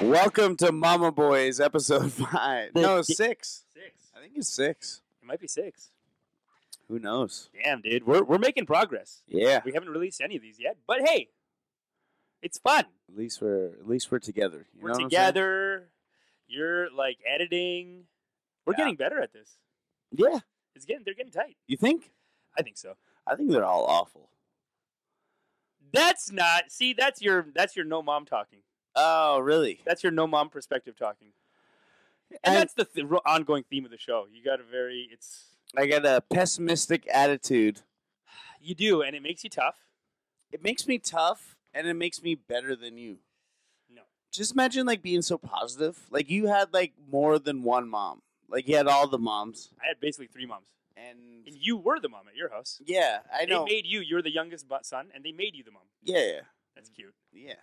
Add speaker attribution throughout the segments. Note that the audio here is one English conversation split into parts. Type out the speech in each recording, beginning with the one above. Speaker 1: Welcome to Mama Boys, episode five.
Speaker 2: The-
Speaker 1: no, six.
Speaker 2: Six.
Speaker 1: I think it's six.
Speaker 2: It might be six.
Speaker 1: Who knows?
Speaker 2: Damn, dude. We're, we're making progress.
Speaker 1: Yeah.
Speaker 2: We haven't released any of these yet, but hey, it's fun.
Speaker 1: At least we're at least we're together. You
Speaker 2: we're
Speaker 1: know what I'm
Speaker 2: together. You're like editing. We're
Speaker 1: Yeah.
Speaker 2: getting better at this.
Speaker 1: saying? Yeah.
Speaker 2: It's getting they're getting tight.
Speaker 1: You think?
Speaker 2: I think so.
Speaker 1: I think they're all awful.
Speaker 2: That's not see, that's your that's your no mom talking.
Speaker 1: Oh, really?
Speaker 2: That's your no mom perspective talking. And,
Speaker 1: And-
Speaker 2: that's the th- ro- ongoing theme of the show. You got a very it's
Speaker 1: I got a pessimistic attitude.
Speaker 2: you do and it makes you tough.
Speaker 1: It makes me tough, and it makes me better than you.
Speaker 2: No.
Speaker 1: Just imagine like being so positive. Like you had like more than one mom. Like you had all the moms,
Speaker 2: I had basically three moms.
Speaker 1: and
Speaker 2: And you were the mom at your house.
Speaker 1: yeah, I know.
Speaker 2: They made you. You're the youngest bu- son, and they made you the mom.
Speaker 1: yeah, yeah.
Speaker 2: That's cute.
Speaker 1: Yeah.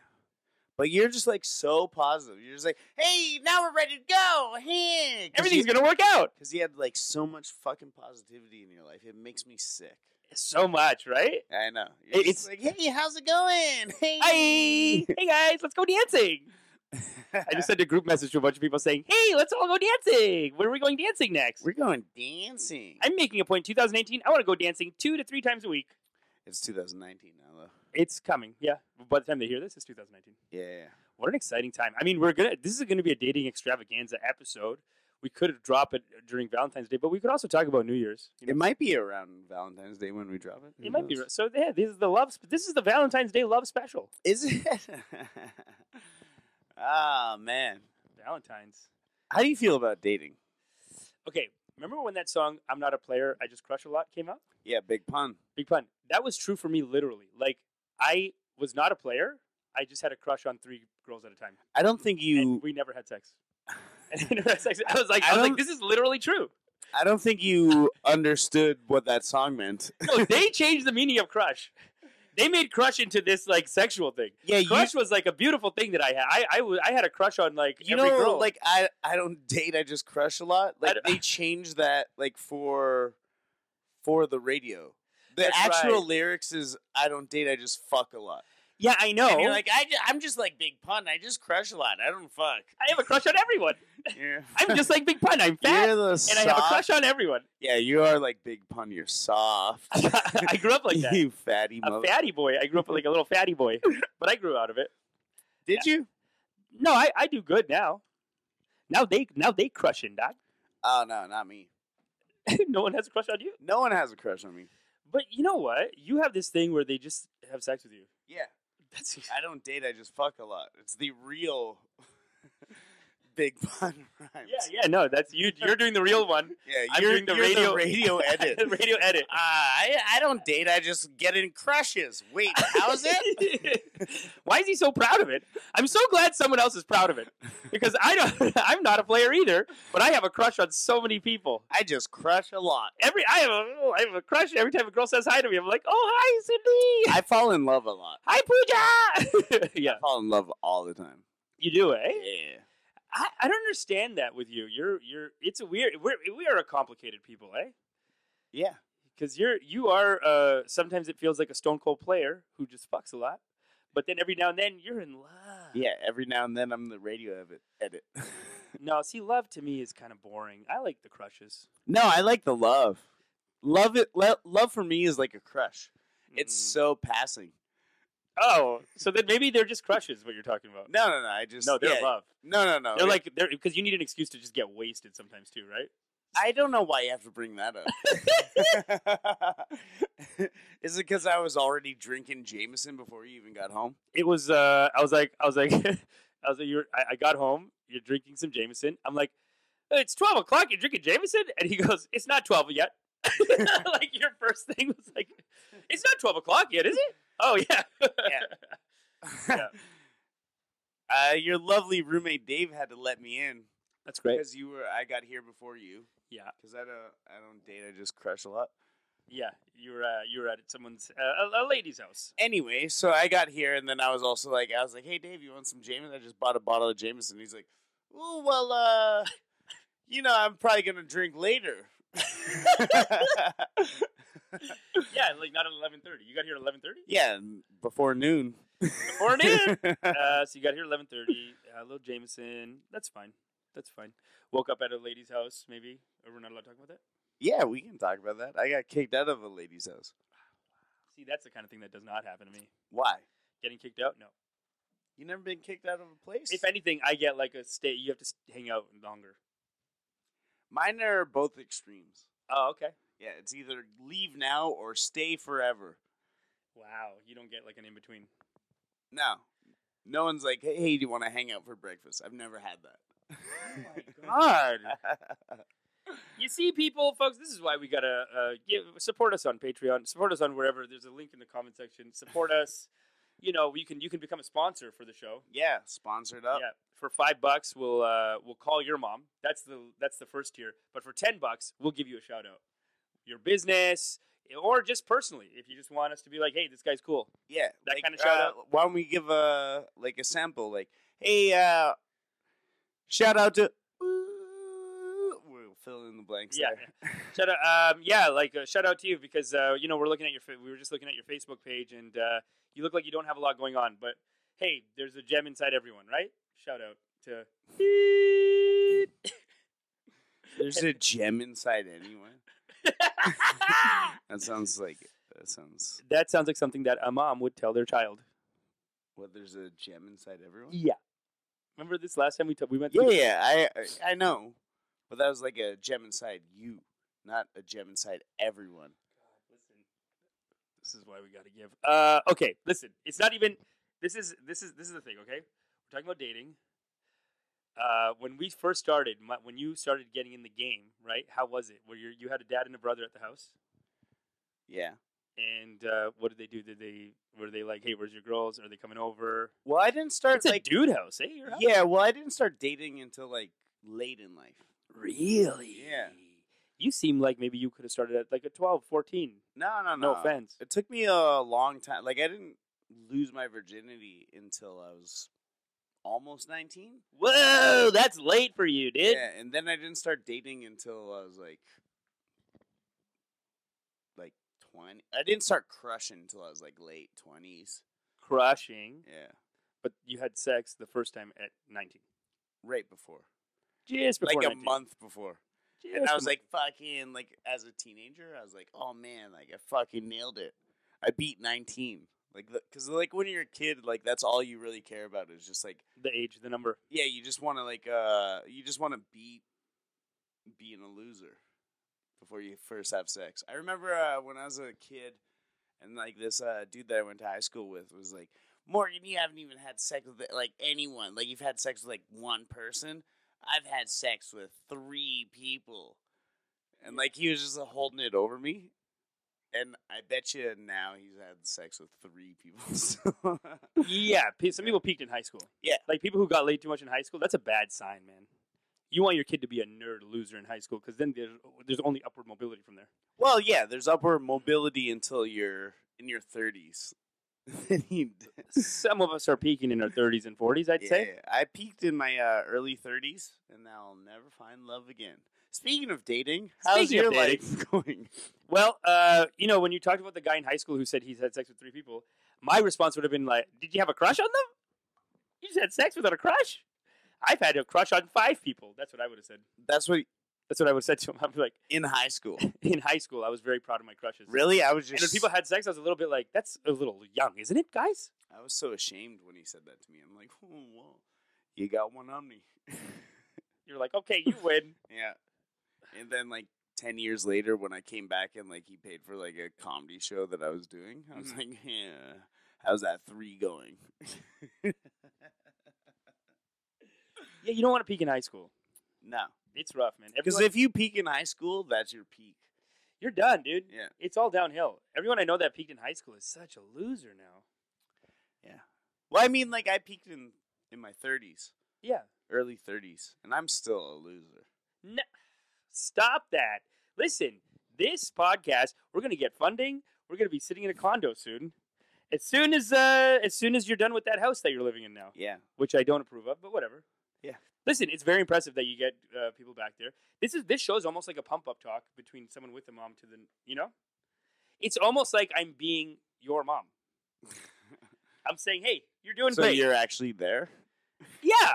Speaker 1: But you're just like so positive. You're just like, hey, now we're ready to go. Hey.
Speaker 2: Everything's gonna work out.
Speaker 1: Because you had like so much fucking positivity in your life. It makes me sick.
Speaker 2: So much, right?
Speaker 1: I know.
Speaker 2: It-
Speaker 1: it's like, hey, how's it going?
Speaker 2: Hey,
Speaker 1: Hey.
Speaker 2: hey guys, let's go dancing. I just sent a group message to a bunch of people saying, "Hey, let's all go dancing. Where are we going dancing next?"
Speaker 1: We're going dancing.
Speaker 2: I'm making a point. 2018, I want to go dancing two to three times a week.
Speaker 1: It's 2019 now, though.
Speaker 2: It's coming. Yeah. By the time they hear this, it's 2019.
Speaker 1: Yeah, yeah.
Speaker 2: What an exciting time! I mean, we're gonna. This is gonna be a dating extravaganza episode. We could drop it during Valentine's Day, but we could also talk about New Year's. you know?
Speaker 1: It might be around Valentine's Day when we drop it. Who
Speaker 2: It might be
Speaker 1: knows?
Speaker 2: right. so. Yeah, this is the love. sp- This is the Valentine's Day love special.
Speaker 1: Is it? Ah, man.
Speaker 2: Valentine's.
Speaker 1: How do you feel about dating?
Speaker 2: Okay, remember when that song "I'm Not a Player, I Just Crush a Lot" came out?
Speaker 1: Yeah, big pun.
Speaker 2: Big pun. That was true for me, literally. Like I was not a player. I just had a crush on three girls at a time,
Speaker 1: I don't think you.
Speaker 2: and we never had sex. And we never had sex. I was like, I,
Speaker 1: I
Speaker 2: was
Speaker 1: don't-
Speaker 2: like, this is literally true.
Speaker 1: I don't think you understood what that song meant.
Speaker 2: No, they changed the meaning of crush. They made crush into this like sexual thing.
Speaker 1: Yeah, you,
Speaker 2: Crush was like a beautiful thing that I had. I I, was, I had a crush on like
Speaker 1: you
Speaker 2: every
Speaker 1: know,
Speaker 2: girl.
Speaker 1: like I, I don't date. I just crush a lot. Like
Speaker 2: don't-
Speaker 1: they changed that, like for, for the radio. The
Speaker 2: That's
Speaker 1: actual
Speaker 2: right.
Speaker 1: lyrics is I don't date. I just fuck a lot.
Speaker 2: yeah, I know.
Speaker 1: And you're like I, ju- I'm just like Big Pun. I just crush a lot. I don't fuck.
Speaker 2: I have a crush on everyone.
Speaker 1: Yeah.
Speaker 2: I'm just like Big Pun. I'm fat,
Speaker 1: You're the
Speaker 2: and I have a crush on everyone.
Speaker 1: Yeah, you are like Big Pun. You're soft.
Speaker 2: I grew up like that.
Speaker 1: you fatty
Speaker 2: A
Speaker 1: mother.
Speaker 2: fatty boy. I grew up like a little fatty boy, but I grew out of it.
Speaker 1: Did you?
Speaker 2: No, I, I do good now. Now they now they crushing, dog.
Speaker 1: Oh no, not me.
Speaker 2: no one has a crush on you.
Speaker 1: No one has a crush on me.
Speaker 2: But you know what? You have this thing where they just have sex with you.
Speaker 1: Yeah.
Speaker 2: That's
Speaker 1: I don't date. I just fuck a lot. It's the real big pun rhymes.
Speaker 2: yeah, yeah. No, that's you. You're doing the real one.
Speaker 1: yeah.
Speaker 2: I'm
Speaker 1: you're
Speaker 2: doing the
Speaker 1: you're
Speaker 2: radio-
Speaker 1: radio edit. uh,
Speaker 2: radio edit.
Speaker 1: I I don't date. I just get in crushes. Wait, how's it?
Speaker 2: it? Why is he so proud of it? I'm so glad someone else is proud of it because I don't. I'm not a player either, but I have a crush on so many people.
Speaker 1: I just crush a lot.
Speaker 2: Every I have a I have a crush. Every time a girl says hi to me, I'm like, oh hi, Sydney.
Speaker 1: I fall in love a lot.
Speaker 2: Hi, Pooja. yeah,
Speaker 1: I fall in love all the time.
Speaker 2: you do, eh?
Speaker 1: Yeah.
Speaker 2: I, I don't understand that with you. You're you're. It's a weird. We're we are a complicated people, eh?
Speaker 1: Yeah.
Speaker 2: Because you're you are. Uh, sometimes it feels like a stone cold player who just fucks a lot, but then every now and then you're in love.
Speaker 1: Yeah. Every now and then I'm the radio edit. Edit.
Speaker 2: No, see, love to me is kind of boring. I like the crushes.
Speaker 1: no, I like the love. Love it. lo- love for me is like a crush. It's
Speaker 2: Mm.
Speaker 1: so passing.
Speaker 2: oh, so then maybe they're just crushes. What you're talking about?
Speaker 1: No, no, no. I just
Speaker 2: No, Oh, they're
Speaker 1: yeah.
Speaker 2: love.
Speaker 1: No, no, no.
Speaker 2: They're
Speaker 1: it-
Speaker 2: like they're because you need an excuse to just get wasted sometimes too, right?
Speaker 1: I don't know why you have to bring that up. Is it because I was already drinking Jameson before you even got home?
Speaker 2: it was uh I was like I was like I was like you're I, I got home, you're drinking some Jameson. I'm like, it's twelve o'clock, you're drinking Jameson? And he goes, It's not twelve yet. like your first thing was like it's not twelve o'clock yet, is it? Oh yeah. Yeah.
Speaker 1: uh, your lovely roommate Dave had to let me in
Speaker 2: That's great.
Speaker 1: because you were. I got here before you
Speaker 2: Yeah.
Speaker 1: because I don't. I don't date. I just crush a lot.
Speaker 2: Yeah. You were uh, you were at someone's uh, a, a lady's house.
Speaker 1: Anyway, so I got here and then I was also like, I was like, Hey Dave, you want some Jameson? I just bought a bottle of Jameson. He's like, Ooh, well, uh, you know, I'm probably gonna drink later.
Speaker 2: yeah, like not at eleven thirty. You got here at eleven thirty.
Speaker 1: yeah, and before noon.
Speaker 2: Before noon. uh, so you got here eleven thirty. uh, A little Jameson. That's fine. That's fine. Woke up at a lady's house, maybe. Or we're not allowed to talk about that.
Speaker 1: yeah, we can talk about that. I got kicked out of a lady's house.
Speaker 2: See, that's the kind of thing that does not happen to me.
Speaker 1: Why?
Speaker 2: Getting kicked out? No.
Speaker 1: You never been kicked out of a place?
Speaker 2: If anything, I get like a stay. You have to s- hang out longer.
Speaker 1: Mine are both extremes.
Speaker 2: Oh, okay.
Speaker 1: Yeah, it's either leave now or stay forever.
Speaker 2: Wow, you don't get like an in between.
Speaker 1: No. No one's like, hey, hey do you want to hang out for breakfast? I've never had that.
Speaker 2: Oh God. You see, people, folks, this is why we gotta uh, give support us on Patreon. Support us on wherever. There's a link in the comment section. Support us. You know, you can you can become a sponsor for the show.
Speaker 1: yeah, sponsored up.
Speaker 2: Yeah, for five bucks, we'll uh, we'll call your mom. That's the that's the first tier. But for ten bucks, we'll give you a shout out. Your business, or just personally, if you just want us to be like, hey, this guy's cool.
Speaker 1: Yeah,
Speaker 2: That
Speaker 1: like,
Speaker 2: kinda shout
Speaker 1: uh,
Speaker 2: out?
Speaker 1: Why don't we give a like a sample? Like, hey, uh, shout out to. We'll fill in the blanks.
Speaker 2: Yeah.
Speaker 1: there.
Speaker 2: Shout out, um, yeah, like uh, shout out to you because uh, you know we're looking at your. fa- We were just looking at your Facebook page, and uh, you look like you don't have a lot going on. But hey, there's a gem inside everyone, right? Shout out to.
Speaker 1: there's a gem inside anyone.
Speaker 2: Ah!
Speaker 1: That sounds like that sounds.
Speaker 2: that sounds like something that a mom would tell their child.
Speaker 1: What? There's a gem inside everyone.
Speaker 2: Yeah. Remember this last time we t- we went.
Speaker 1: Yeah,
Speaker 2: through-
Speaker 1: yeah, I I- I know, but that was like a gem inside you, not a gem inside everyone.
Speaker 2: Listen, this is why we got to give. Uh, okay, listen. It's not even. This is this is this is the thing. Okay, we're talking about dating. Uh, when we first started, my, when you started getting in the game, right? How was it? Where you you had a dad and a brother at the house,
Speaker 1: Yeah.
Speaker 2: and uh, what did they do? Did they were they like, hey, where's your girls? Are they coming over?
Speaker 1: Well, I didn't start
Speaker 2: It's
Speaker 1: like.
Speaker 2: a dude house, eh? Your house?
Speaker 1: yeah. Well, I didn't start dating until like late in life.
Speaker 2: really?
Speaker 1: Yeah.
Speaker 2: You seem like maybe you could have started at like a 12, 14.
Speaker 1: No, no,
Speaker 2: No
Speaker 1: no.
Speaker 2: offense.
Speaker 1: It took me a long time. Like I didn't lose my virginity until I was almost nineteen.
Speaker 2: Whoa, that's late for you, dude.
Speaker 1: yeah, and then I didn't start dating until I was like, like twenty. I didn't start crushing until I was like late twenties.
Speaker 2: Crushing.
Speaker 1: Yeah,
Speaker 2: But you had sex the first time at 19.
Speaker 1: right before,
Speaker 2: Just before
Speaker 1: like a
Speaker 2: 19.
Speaker 1: month before.
Speaker 2: Just
Speaker 1: And I
Speaker 2: a
Speaker 1: was
Speaker 2: month.
Speaker 1: like, fucking, like as a teenager, I was like, oh man, like I fucking nailed it. I beat nineteen. Like, because like when you're a kid, like that's all you really care about is just like
Speaker 2: the age, the number.
Speaker 1: yeah, you just want to like uh you just want to beat being a loser before you first have sex. I remember uh, when I was a kid and like this uh dude that I went to high school with was like, "Morgan, you haven't even had sex with like anyone. Like you've had sex with like one person. I've had sex with 3 people." And like he was just uh, holding it over me. And I bet you now he's had sex with 3 people. So.
Speaker 2: yeah, pe- some people peaked in high school.
Speaker 1: Yeah.
Speaker 2: Like people who got laid too much in high school, that's a bad sign, man. You want your kid to be a nerd loser in high school because then there's, there's only upward mobility from there.
Speaker 1: Well, yeah, there's upward mobility until you're in your 30s. Then you-
Speaker 2: some of us are peaking in our 30s and 40s, I'd say.
Speaker 1: Yeah, I peaked in my uh, early 30s, and now I'll never find love again. Speaking of dating, how's
Speaker 2: Speaking
Speaker 1: your
Speaker 2: of dating.
Speaker 1: life going?
Speaker 2: Well, uh, you know, when you talked about the guy in high school who said he's had sex with three people, my response would have been like, "Did you have a crush on them? You just had sex without a crush." I've had a crush on five people. That's what I would have said.
Speaker 1: That's what
Speaker 2: That's what I would have said to him. I'm like,
Speaker 1: in high school.
Speaker 2: in high school, I was very proud of my crushes.
Speaker 1: Really, I was
Speaker 2: And
Speaker 1: just
Speaker 2: when people had sex, I was a little bit like, "That's a little young, isn't it, guys?"
Speaker 1: I was so ashamed when he said that to me. I'm like, oh, whoa, you got one on me.
Speaker 2: You're like, "Okay, you win."
Speaker 1: yeah. And then like. Ten years later, when I came back and like he paid for like a comedy show that I was doing, I was
Speaker 2: Mhm.
Speaker 1: like, "Yeah, how's that three going?"
Speaker 2: yeah, you don't want to peak in high school.
Speaker 1: No,
Speaker 2: It's rough, man.
Speaker 1: because
Speaker 2: Everyone,
Speaker 1: if you peak in high school, that's your peak.
Speaker 2: you're done, dude.
Speaker 1: Yeah,
Speaker 2: It's all downhill. Everyone I know that peaked in high school is such a loser now.
Speaker 1: yeah. Well, I mean, like I peaked in in my thirties,
Speaker 2: Yeah.
Speaker 1: early thirties, and I'm still a loser.
Speaker 2: No, stop that. Listen, this podcast, we're gonna get funding. We're gonna be sitting in a condo soon. As soon as uh, as soon as you're done with that house that you're living in now,
Speaker 1: Yeah,
Speaker 2: which I don't approve of, but whatever.
Speaker 1: Yeah.
Speaker 2: Listen, it's very impressive that you get uh, people back there. This is this show is almost like a pump up talk between someone with a mom to the you know, It's almost like I'm being your mom. I'm saying, hey, you're doing
Speaker 1: so
Speaker 2: great.
Speaker 1: you're actually there.
Speaker 2: yeah.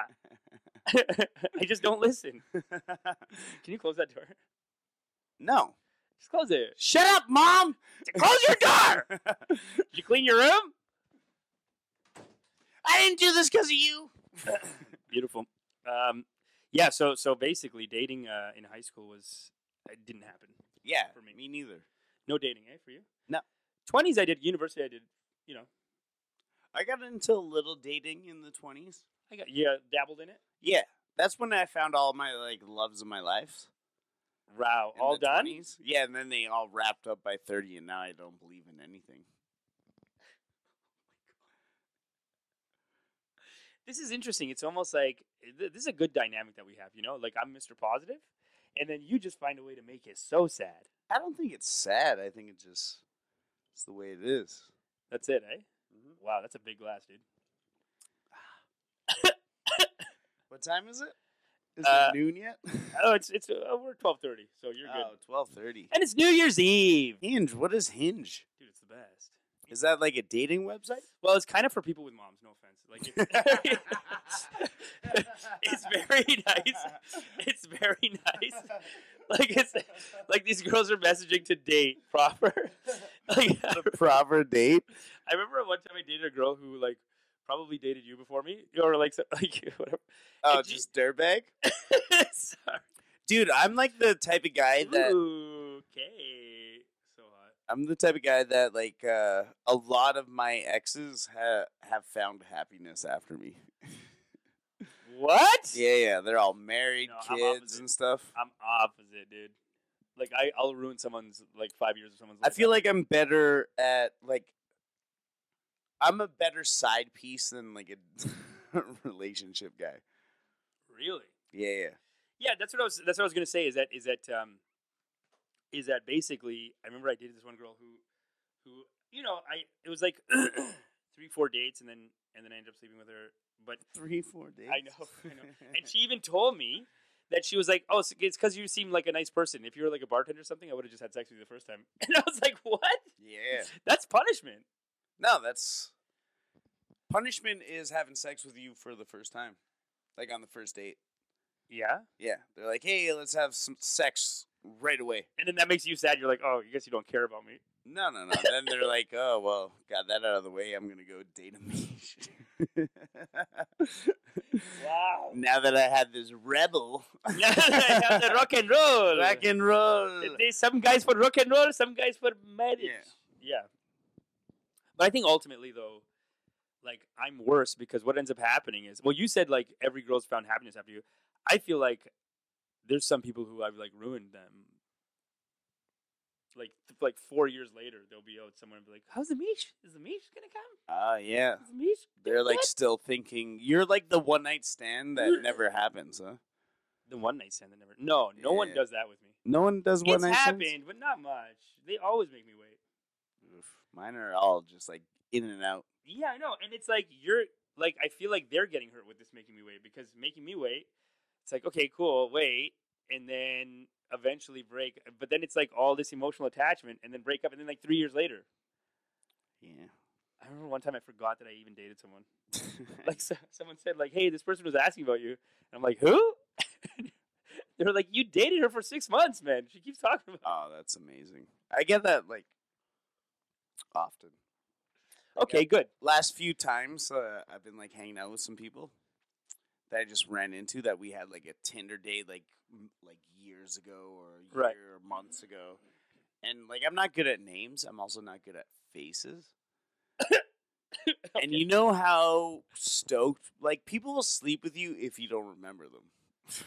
Speaker 2: I just don't listen. Can you close that door?
Speaker 1: no.
Speaker 2: Just close it.
Speaker 1: Shut up, mom.
Speaker 2: Close your door. Did you clean your room?
Speaker 1: I didn't do this because of you.
Speaker 2: Beautiful. Um, yeah. So so basically, dating uh, in high school was it didn't happen.
Speaker 1: Yeah,
Speaker 2: For me.
Speaker 1: me neither.
Speaker 2: No dating, eh? For you?
Speaker 1: No.
Speaker 2: Twenties, I did. University, I did. You know,
Speaker 1: I got into a little dating in the twenties.
Speaker 2: I got yeah, dabbled in it.
Speaker 1: Yeah, that's when I found all my like loves of my life.
Speaker 2: Wow,
Speaker 1: in
Speaker 2: all
Speaker 1: the
Speaker 2: done.
Speaker 1: 20s. Yeah, and then they all wrapped up by thirty, and now I don't believe in anything.
Speaker 2: This is interesting. It's almost like th- this is a good dynamic that we have. You know, like I'm Mr. Positive, and then you just find a way to make it so sad.
Speaker 1: I don't think it's sad. I think it just it's the way it is.
Speaker 2: That's it, eh?
Speaker 1: Mm-hmm.
Speaker 2: Wow, that's a big glass, dude.
Speaker 1: What time is it? Is
Speaker 2: Uh,
Speaker 1: it noon yet?
Speaker 2: Oh, it's it's uh, we're twelve thirty, so you're good.
Speaker 1: oh, twelve thirty.
Speaker 2: And it's New Year's Eve,
Speaker 1: Hinge. What is Hinge?
Speaker 2: dude. It's the best.
Speaker 1: Is that like a dating website?
Speaker 2: Well, it's kind of for people with moms. No offense. Like, it's, it's very nice. It's very nice. Like it's like these girls are messaging to date proper. Like I re-
Speaker 1: proper date.
Speaker 2: I remember one time I dated a girl who like probably dated you before me or like so, like whatever.
Speaker 1: Oh,
Speaker 2: And you-
Speaker 1: just dirtbag.
Speaker 2: Sorry.
Speaker 1: Dude, I'm like the type of guy that
Speaker 2: Ooh, okay. So hot.
Speaker 1: I'm the type of guy that like uh, a lot of my exes ha- have found happiness after me.
Speaker 2: What?
Speaker 1: Yeah, yeah, they're all married,
Speaker 2: No, I'm
Speaker 1: kids
Speaker 2: opposite.
Speaker 1: and stuff.
Speaker 2: I'm opposite, dude. Like I, I'll ruin someone's like five years of someone's.
Speaker 1: I
Speaker 2: life
Speaker 1: feel like I'm better at like I'm a better side piece than like a relationship guy.
Speaker 2: really.
Speaker 1: Yeah, yeah.
Speaker 2: Yeah, that's what I was. That's what I was gonna say. Is that is that um, is that basically? I remember I dated this one girl who, who you know, I it was like three four dates and then and then I ended up sleeping with her. But
Speaker 1: Three, four days.
Speaker 2: I know, I know. and she even told me that she was like, "Oh, so it's because you seem like a nice person. If you were like a bartender or something, I would have just had sex with you the first time." And I was like, "What?
Speaker 1: yeah.
Speaker 2: That's punishment."
Speaker 1: No, that's punishment is having sex with you for the first time, like on the first date.
Speaker 2: Yeah.
Speaker 1: Yeah, they're like, hey, let's have some sex right away.
Speaker 2: And then that makes you sad. You're like, "Oh, I guess you don't care about me."
Speaker 1: No, no, no. then they're like, oh well, got that out of the way. I'm gonna go date a mage.
Speaker 2: Wow.
Speaker 1: now that I had this rebel,
Speaker 2: yeah, that's the rock and roll.
Speaker 1: rock and roll.
Speaker 2: There's some guys for rock and roll, some guys for marriage.
Speaker 1: Yeah.
Speaker 2: Uh, Yeah. But I think ultimately, though, like I'm worse because what ends up happening is, well, you said like every girl's found happiness after you. I feel like there's some people who I've like ruined them. Like th- like four years later, they'll be out somewhere and be like, "How's the Mish? Is the Mish gonna come?
Speaker 1: Oh yeah,
Speaker 2: Is the Mish?"
Speaker 1: they're like
Speaker 2: What?
Speaker 1: still thinking you're like the one night stand that never happens, huh?
Speaker 2: the one night stand that never. No, no one
Speaker 1: Yeah.
Speaker 2: does that with me.
Speaker 1: No one does one
Speaker 2: it's
Speaker 1: night
Speaker 2: happened,
Speaker 1: stands.
Speaker 2: but not much. They always make me wait.
Speaker 1: Oof. Mine are all just like in and out.
Speaker 2: Yeah, I know. And it's like you're like I feel like they're getting hurt with this making me wait because making me wait, it's like, okay, cool, wait, and then eventually break. But then it's like all this emotional attachment and then break up and then like three years later.
Speaker 1: Yeah.
Speaker 2: I remember one time I forgot that I even dated someone. Like so, someone said, like, hey, this person was asking about you. And I'm like, who? they were like, you dated her for six months, man. She keeps talking about
Speaker 1: oh, that's amazing. I get that like often.
Speaker 2: it. Okay, good.
Speaker 1: last few times uh, I've been like hanging out with some people that I just ran into that we had like a Tinder date like m- like years ago or a year
Speaker 2: Right.
Speaker 1: or months ago, and like I'm not good at names. I'm also not good at faces. And you know how stoked like people will sleep with you if you don't remember them.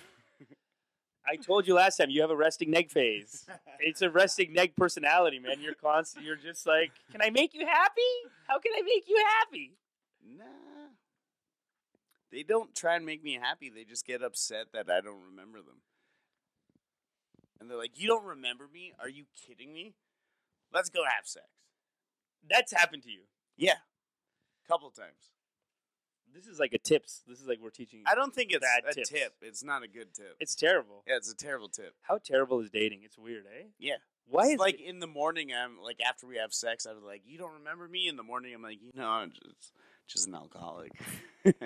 Speaker 2: I told you last time you have a resting neg phase. It's a resting neg personality, man. You're constant. You're just like, can I make you happy? How can I make you happy?
Speaker 1: Nah. They don't try and make me happy. They just get upset that I don't remember them. And they're like, You don't remember me? Are you kidding me? Let's go have sex.
Speaker 2: That's happened to you.
Speaker 1: Yeah. Couple times.
Speaker 2: This is like a tips. This is like we're teaching.
Speaker 1: I don't think it's
Speaker 2: Bad
Speaker 1: a
Speaker 2: tips.
Speaker 1: tip. It's not a good tip.
Speaker 2: It's terrible.
Speaker 1: yeah, it's a terrible tip.
Speaker 2: How terrible is dating? It's weird, eh?
Speaker 1: Yeah.
Speaker 2: Why is
Speaker 1: It's like
Speaker 2: it-
Speaker 1: in the morning, I'm like after we have sex, I was like, "You don't remember me?" In the morning, I'm like, "You know, I'm just just an alcoholic,"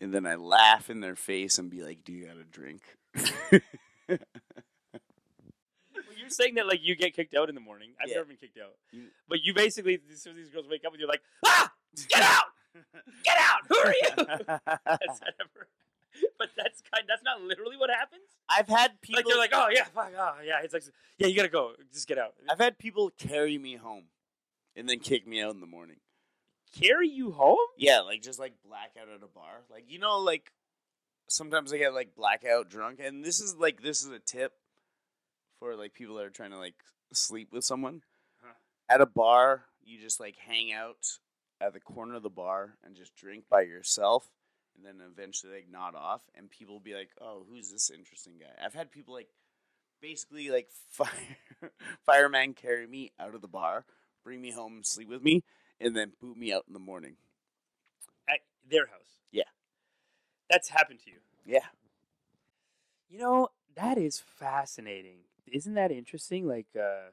Speaker 1: and then I laugh in their face and be like, "Do you got a drink?"
Speaker 2: well, you're saying that like you get kicked out in the morning? I've
Speaker 1: Yeah.
Speaker 2: never been kicked out,
Speaker 1: You-
Speaker 2: but you basically as soon as these girls wake up with you, you're like, ah, get out, get out. Who are you? Has that ever? But that's kind. That's not literally what happens.
Speaker 1: I've had people
Speaker 2: Like they're like, oh yeah, fuck, oh yeah. It's like, yeah, you gotta go. Just get out.
Speaker 1: I've had people carry me home and then kick me out in the morning.
Speaker 2: carry you home?
Speaker 1: Yeah, like just like blackout at a bar. Like you know, like sometimes I get like blackout drunk, and this is like this is a tip for like people that are trying to like sleep with someone.
Speaker 2: Huh.
Speaker 1: At a bar, you just like hang out at the corner of the bar and just drink by yourself, and then eventually like nod off, and people will be like, "Oh, who's this interesting guy?" I've had people like basically like fire fireman carry me out of the bar, bring me home, sleep with me, and then boot me out in the morning.
Speaker 2: At their house.
Speaker 1: Yeah.
Speaker 2: That's happened to you.
Speaker 1: Yeah.
Speaker 2: You know, that is fascinating. Isn't that interesting? Like, uh,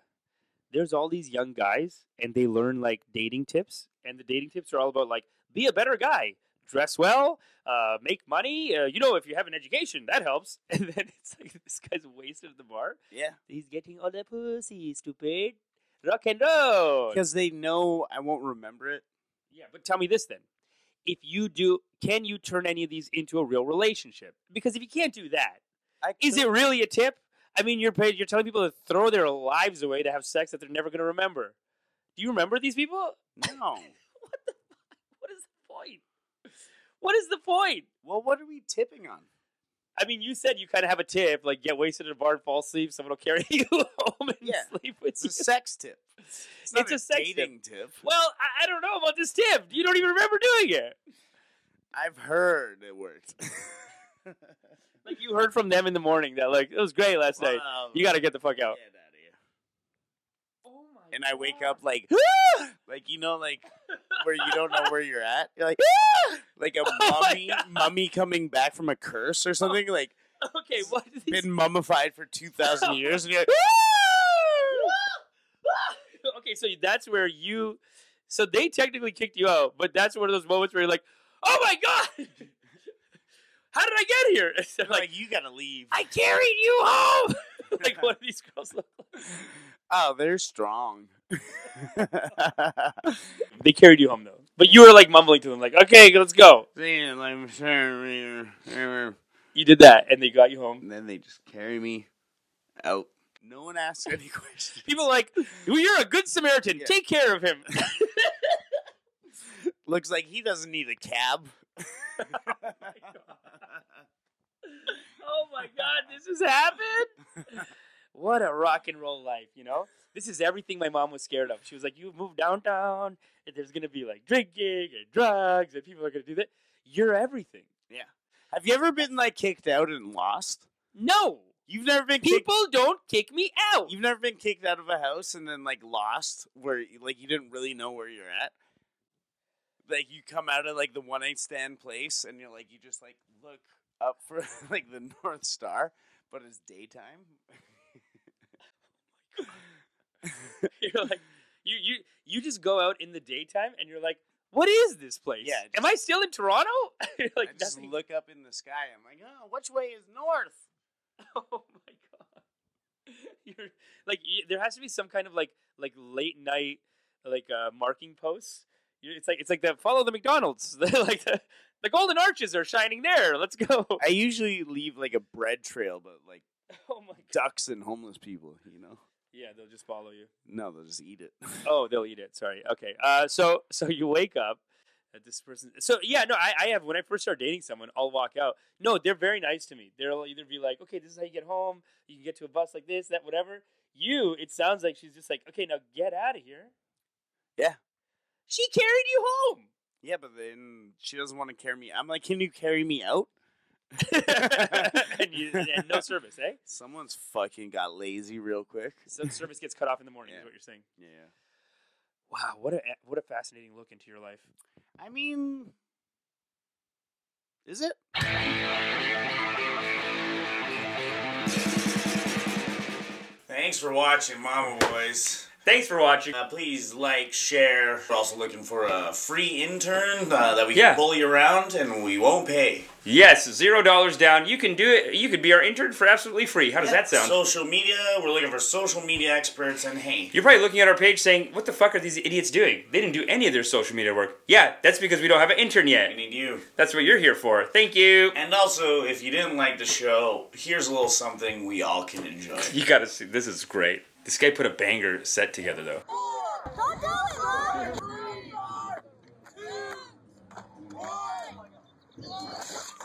Speaker 2: there's all these young guys and they learn like dating tips, and the dating tips are all about like, be a better guy, dress well, uh, make money. Uh, you know, if you have an education, that helps. And then it's like, this guy's wasted at the bar.
Speaker 1: Yeah.
Speaker 2: He's getting all the pussy, stupid. Rock and roll.
Speaker 1: Because they know I won't remember it.
Speaker 2: Yeah, but tell me this then. If you do, can you turn any of these into a real relationship? Because if you can't do that,
Speaker 1: I
Speaker 2: is it really a tip? I mean, you're paid, you're telling people to throw their lives away to have sex that they're never going to remember. Do you remember these people?
Speaker 1: No.
Speaker 2: What is the point? What is the point?
Speaker 1: well, what are we tipping on?
Speaker 2: I mean, you said you kind of have a tip, like get wasted at a bar and fall asleep. Someone will carry you home and
Speaker 1: Yeah.
Speaker 2: sleep with
Speaker 1: It's a
Speaker 2: you.
Speaker 1: sex tip. It's,
Speaker 2: It's a sex tip.
Speaker 1: dating tip.
Speaker 2: Well, I, I don't know about this tip. You don't even remember doing it.
Speaker 1: I've heard it worked.
Speaker 2: Like you heard from them in the morning that like it was great last night.
Speaker 1: Wow.
Speaker 2: You got to get the fuck
Speaker 1: Um, Get
Speaker 2: out.
Speaker 1: outta here.
Speaker 2: Oh my
Speaker 1: And I wake
Speaker 2: God.
Speaker 1: up like, like you know, like where you don't know where you're at. You're like, like a
Speaker 2: Oh my
Speaker 1: mummy,
Speaker 2: God. Oh,
Speaker 1: mummy coming back from a curse or something. Like
Speaker 2: Okay, what? Is
Speaker 1: been mummified for two thousand years, and you're like,
Speaker 2: okay, so that's where you. So they technically kicked you out, but that's one of those moments where you're like, "Oh my god, how did I get here?" And they're like,
Speaker 1: like you gotta leave.
Speaker 2: "I carried you home." like what do these girls look like?
Speaker 1: Oh, they're strong.
Speaker 2: They carried you home though, but you were like mumbling to them, like, "Okay, let's go."
Speaker 1: Damn, I'm sorry. And
Speaker 2: You did that, and they got you home.
Speaker 1: then they just carry me out. No one asks any questions.
Speaker 2: People are like, well, "You're a good Samaritan.
Speaker 1: Yeah.
Speaker 2: Take care of him."
Speaker 1: Looks like he doesn't need a cab.
Speaker 2: oh my god, this has happened. What a rock and roll life, you know? This is everything my mom was scared of. She was like, You move downtown, and there's gonna be like drinking and drugs, and people are gonna do that. You're everything.
Speaker 1: Have you ever been like kicked out and lost?
Speaker 2: No!
Speaker 1: You've never been kicked.
Speaker 2: People don't kick me out.
Speaker 1: You've never been kicked out of a house and then like lost, where like you didn't really know where you're at. Like you come out of like the one night stand place and you're like you just like look up for like the North Star, but it's daytime.
Speaker 2: You're like you you you just go out in the daytime and you're like, What is this place?
Speaker 1: Yeah,
Speaker 2: Am I still in Toronto? You're like
Speaker 1: I just
Speaker 2: nothing.
Speaker 1: look up in the sky. I'm like, oh, which way is north?
Speaker 2: Oh my god! You're like y there has to be some kind of like like late night like uh, marking posts. you it's like it's like that. Follow the McDonald's. They're like the, the golden arches are shining there. Let's go.
Speaker 1: I usually leave like a bread trail, but like
Speaker 2: oh my god!
Speaker 1: ducks and homeless people, you know?
Speaker 2: Yeah, they'll just follow you.
Speaker 1: No, they'll just eat it.
Speaker 2: Oh, they'll eat it. Sorry. Okay. Uh, so so you wake up. At this person. So yeah, no, I, I have. When I first start dating someone, I'll walk out. No, they're very nice to me. They'll either be like, "Okay, this is how you get home. You can get to a bus like this, that, whatever." You, it sounds like she's just like, "Okay, now get out of here."
Speaker 1: Yeah.
Speaker 2: She carried you home.
Speaker 1: yeah, but then she doesn't want to carry me. I'm like, can you carry me out?
Speaker 2: and, you, and no service, eh?
Speaker 1: Someone's fucking got lazy real quick.
Speaker 2: So service gets cut off in the morning. Is
Speaker 1: Yeah.
Speaker 2: what you're saying.
Speaker 1: Yeah.
Speaker 2: Wow, what a what a fascinating look into your life.
Speaker 1: I mean, is it? Thanks for watching, Mama Boys.
Speaker 2: Thanks for watching.
Speaker 1: Uh, please like, share. We're also looking for a free intern uh, that we
Speaker 2: Yeah.
Speaker 1: can bully around and we won't pay.
Speaker 2: Yes, zero dollars down. You can do it. You could be our intern for absolutely free. How does that sound?
Speaker 1: Social media. We're looking for social media experts. And hey,
Speaker 2: You're probably looking at our page saying, "What the fuck are these idiots doing? They didn't do any of their social media work." Yeah, that's because we don't have an intern yet.
Speaker 1: we need you.
Speaker 2: That's what you're here for. Thank you.
Speaker 1: And also, if you didn't like the show, here's a little something we all can enjoy.
Speaker 2: You gotta see. This is great. This guy put a banger set together though.
Speaker 3: Don't do it, Mom! Three, four, two, one.